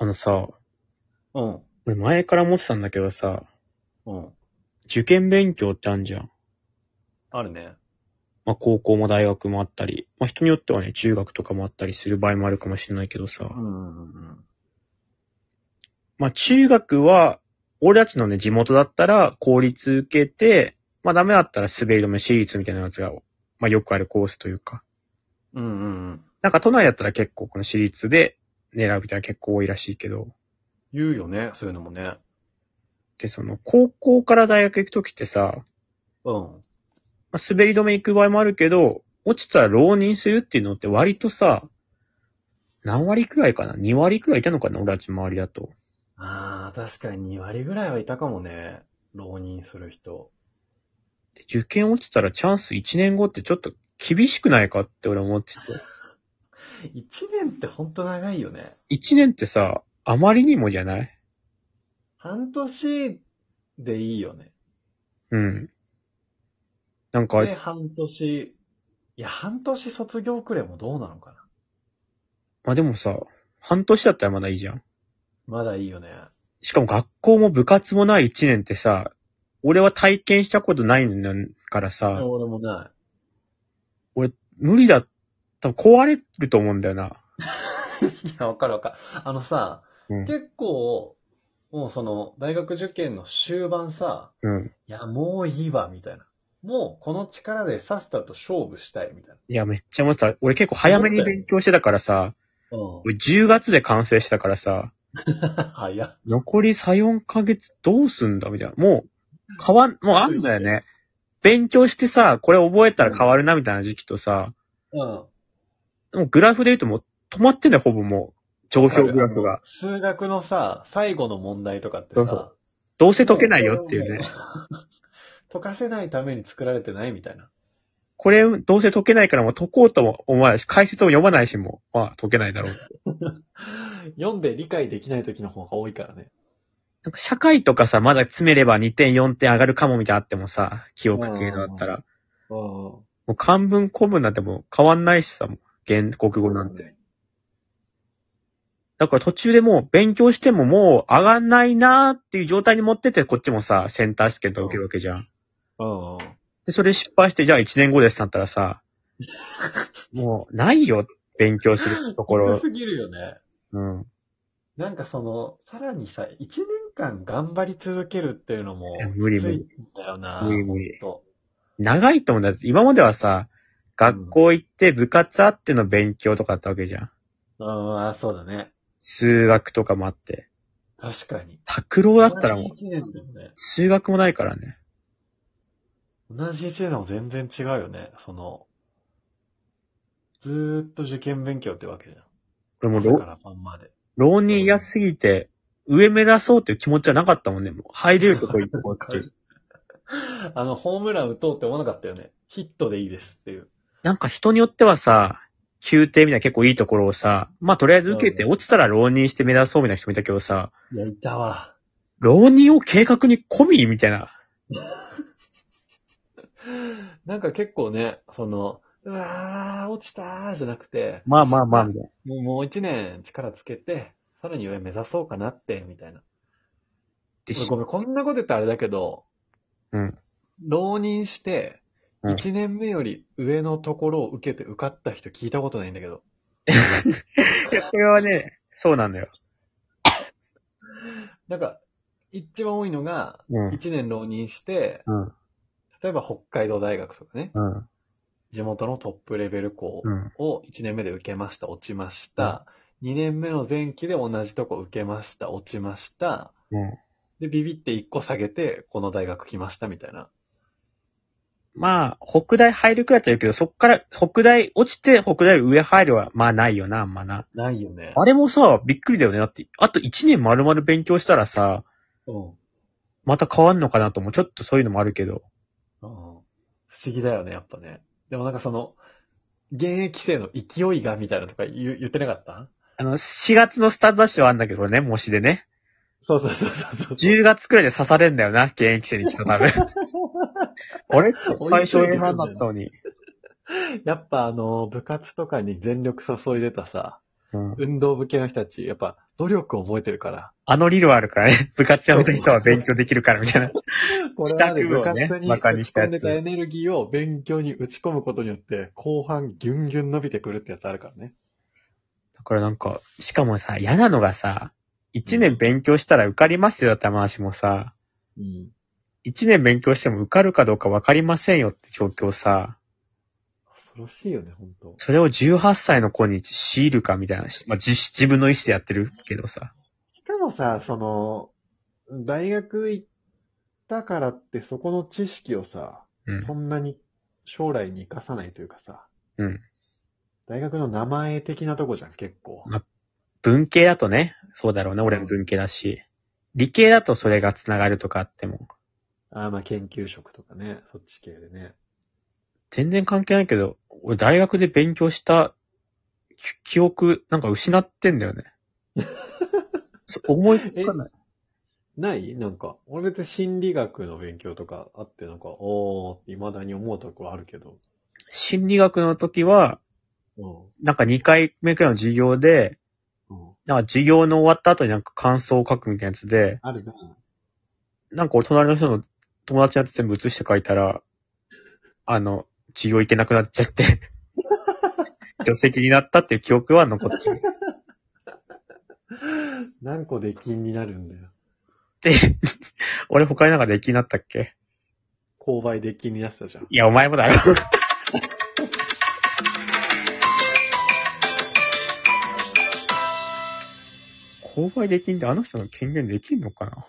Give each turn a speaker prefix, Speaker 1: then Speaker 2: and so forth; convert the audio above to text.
Speaker 1: のさ、
Speaker 2: うん。
Speaker 1: 俺前から思ってたんだけどさ、
Speaker 2: うん。
Speaker 1: 受験勉強ってあんじゃん。
Speaker 2: あるね。
Speaker 1: まあ高校も大学もあったり、まあ人によってはね、中学とかもあったりする場合もあるかもしれないけどさ、
Speaker 2: んうんうん。
Speaker 1: まあ中学は、俺たちのね、地元だったら公立受けて、まあダメだったら滑り止め私立みたいなやつが、まあよくあるコースというか。
Speaker 2: うんうんうん。
Speaker 1: なんか都内だったら結構この私立で狙う人は結構多いらしいけど、
Speaker 2: 言うよね、そういうのもね。
Speaker 1: で、その高校から大学行くときってさ、
Speaker 2: うん。
Speaker 1: まあ、滑り止め行く場合もあるけど、落ちたら浪人するっていうのって割とさ、何割くらいかな ?2 割くらいいたのかな俺たち周りだと。
Speaker 2: ああ、確かに2割ぐらいはいたかもね。浪人する人。
Speaker 1: で受験落ちたらチャンス1年後ってちょっと厳しくないかって俺思ってて。
Speaker 2: 1年ってほんと長いよね。
Speaker 1: 1年ってさ、あまりにもじゃない
Speaker 2: 半年でいいよね。
Speaker 1: うん。なんか、
Speaker 2: で、半年。いや、半年卒業くれもどうなのかな。
Speaker 1: まあでもさ、半年だったらまだいいじゃん。
Speaker 2: まだいいよね。
Speaker 1: しかも学校も部活もない1年ってさ、俺は体験したことないんだからさ、
Speaker 2: 俺もな
Speaker 1: 無理だ。多分壊れると思うんだよな。
Speaker 2: い。いや、わかるわかる。あのさ、
Speaker 1: うん。
Speaker 2: 結構、もうその、大学受験の終盤さ、
Speaker 1: うん。
Speaker 2: いや、もういいわ、みたいな。もう、この力でさっさと勝負したい、みたい
Speaker 1: いや、めっちゃ思ってた。俺結構早めに勉強してたからさ、
Speaker 2: な。う
Speaker 1: 俺10月で完成したからさ、
Speaker 2: ん。早っ。
Speaker 1: 残り3、4ヶ月どうすんだみたいな。もう、変わん、もうあんだよね。勉強してさ、これ覚えたら変わるなみたいな時期とさ、
Speaker 2: うん。
Speaker 1: もうグラフで言うともう止まってんだよ、ほぼもう。上昇グラフが。
Speaker 2: 数学のさ、最後の問題とかって
Speaker 1: そ
Speaker 2: さ、
Speaker 1: うそうどうせ解けないよっていうね。。
Speaker 2: 解かせないために作られてないみたいな。
Speaker 1: これ、どうせ解けないからもう解こうとも思わないし、解説も読まないしもう、まあ解けないだろう。
Speaker 2: 読んで理解できない時の方が多いからね。
Speaker 1: なんか社会とかさ、まだ詰めれば2点、4点上がるかもみたいなのあってもさ、記憶系のだったら。
Speaker 2: うん。
Speaker 1: もう漢文、古文なんてもう変わんないしさ、もう原国語なんて。
Speaker 2: て。
Speaker 1: だから途中でもう勉強してももう上がんないなーっていう状態に持ってって、こっちもさ、センター試験とか受けるわけじゃん。
Speaker 2: うん。
Speaker 1: で、それ失敗して、じゃあ1年後ですってなったらさ、もうないよ、勉強するとこ
Speaker 2: 低
Speaker 1: ろ。
Speaker 2: すぎるよね。
Speaker 1: うん。
Speaker 2: なんかその、さらにさ、一年間頑張り続けるっていうのも
Speaker 1: いや、無理無理
Speaker 2: きついんだよな。
Speaker 1: 無理無理
Speaker 2: ほんと
Speaker 1: 長いと思うんだよ今まではさ、学校行って部活あっての勉強とかあったわけじゃん。
Speaker 2: うん、あーそうだね。
Speaker 1: 数学とかもあって。
Speaker 2: 確かに。
Speaker 1: 拓郎だったらもう、
Speaker 2: 同じ1年でもね。
Speaker 1: 数学もないからね。
Speaker 2: 同じ1年でも全然違うよね。その、ずーっと受験勉強ってわけじゃん。
Speaker 1: これもう
Speaker 2: 朝か
Speaker 1: ろ、
Speaker 2: ら晩まで。
Speaker 1: 浪人嫌すぎて、上目指そうっていう気持ちはなかったもんね。もう入れるとこ 行こうっていう。
Speaker 2: あの、ホームラン打とうって思わなかったよね。ヒットでいいですっていう。
Speaker 1: なんか人によってはさ、宮廷みたいな結構いいところをさ、まあとりあえず受けて
Speaker 2: うん
Speaker 1: 落ちたら浪人して目指そうみたいな人もいたけどさ、
Speaker 2: いや、いたわ。
Speaker 1: 浪人を計画に込みみたいな。
Speaker 2: なんか結構ね、その、うわー、落ちたーじゃなくて、
Speaker 1: まあまあまあ、みたいな。
Speaker 2: もうもう一年力つけて、さらに上目指そうかなって、みたいな。
Speaker 1: で
Speaker 2: 俺
Speaker 1: し
Speaker 2: ごめん、こんなこと言ったらあれだけど、
Speaker 1: うん。
Speaker 2: 浪人して、
Speaker 1: うん
Speaker 2: 一年目より上のところを受けて受かった人聞いたことないんだけど。
Speaker 1: それはね、そうなんだよ。
Speaker 2: なんか、一番多いのが、
Speaker 1: うん。
Speaker 2: 一年浪人して、
Speaker 1: うん。
Speaker 2: 例えば北海道大学とかね、
Speaker 1: うん。
Speaker 2: 地元のトップレベル校
Speaker 1: うん。
Speaker 2: を1年目で受けました、落ちました。2年目の前期で同じとこ受けました、落ちました。
Speaker 1: うん。
Speaker 2: で、ビビって1個下げて、この大学来ました、みたいな。
Speaker 1: まあ、北大入るくらいだったらいいけど、そっから、北大、落ちて北大上入るは、まあないよな、あんまな。
Speaker 2: ないよね。
Speaker 1: あれもさ、びっくりだよね。だって、あと1年丸々勉強したらさ、
Speaker 2: うん。
Speaker 1: また変わんのかなとも、ちょっとそういうのもあるけど。
Speaker 2: うん不思議だよね、やっぱね。でもなんかその、現役生の勢いがみたいなとか言う言ってなかった
Speaker 1: あの、4月のスタートダッシュはあんだけどね、模試でね。
Speaker 2: そうそうそうそうそう。
Speaker 1: 10月くらいで刺されんだよな、現役生に来た多分。あれ最初 A 班だったのに。
Speaker 2: やっぱあの、部活とかに全力注いでたさ、
Speaker 1: うん
Speaker 2: 運動部系の人たち、やっぱ努力を覚えてるから。
Speaker 1: あの理論あるからね。部 活やめた人は勉強できるからみたいな。
Speaker 2: これまで部
Speaker 1: 帰宅部
Speaker 2: 活
Speaker 1: を
Speaker 2: に
Speaker 1: ね
Speaker 2: 打
Speaker 1: 馬鹿に
Speaker 2: ち
Speaker 1: した
Speaker 2: 込
Speaker 1: や
Speaker 2: ん
Speaker 1: つ
Speaker 2: でたエネルギーを勉強に打ち込むことによって、後半ギュンギュン伸びてくるってやつあるからね。
Speaker 1: だからなんか、しかもさ、嫌なのがさ、一年勉強したら受かりますよだった話もさ、
Speaker 2: うん。
Speaker 1: 一年勉強しても受かるかどうかわかりませんよって状況さ、
Speaker 2: 恐ろしいよね、本当
Speaker 1: それを18歳の子に強いるかみたいな、まあ、自自分の意思でやってるけどさ。
Speaker 2: しかもさ、その、大学行ったからってそこの知識をさ、
Speaker 1: うん
Speaker 2: そ。んなに将来に生かさないというかさ、
Speaker 1: うん。
Speaker 2: 大学の名前的なとこじゃん、結構。
Speaker 1: 文系だとね、そうだろうね、俺も文系だし。理系だとそれが繋がるとかあっても。
Speaker 2: あーまあ研究職とかね、そっち系でね。
Speaker 1: 全然関係ないけど、俺大学で勉強したき記憶、なんか失ってんだよね。そ思いつかない。
Speaker 2: ないなんか、俺別に心理学の勉強とかあって、なんか、おーって未だに思うところあるけど。
Speaker 1: 心理学の時は、
Speaker 2: う
Speaker 1: なんか2回目くらいの授業で、
Speaker 2: ん。うん。
Speaker 1: なんか授業の終わった後になんか感想を書くみたいなやつで、
Speaker 2: ある な。
Speaker 1: なんか俺隣の人の友達のやつ全部写して書いたら、あの、授業行けなくなっちゃ って、助手席になったっていう記憶は残ってる。
Speaker 2: 何個で金になるんだよ。
Speaker 1: で、 俺他になんかできになったっけ
Speaker 2: 購買で金になってたじゃん。
Speaker 1: いや、お前もだろ。 購買できんってあの人の権限できんのかな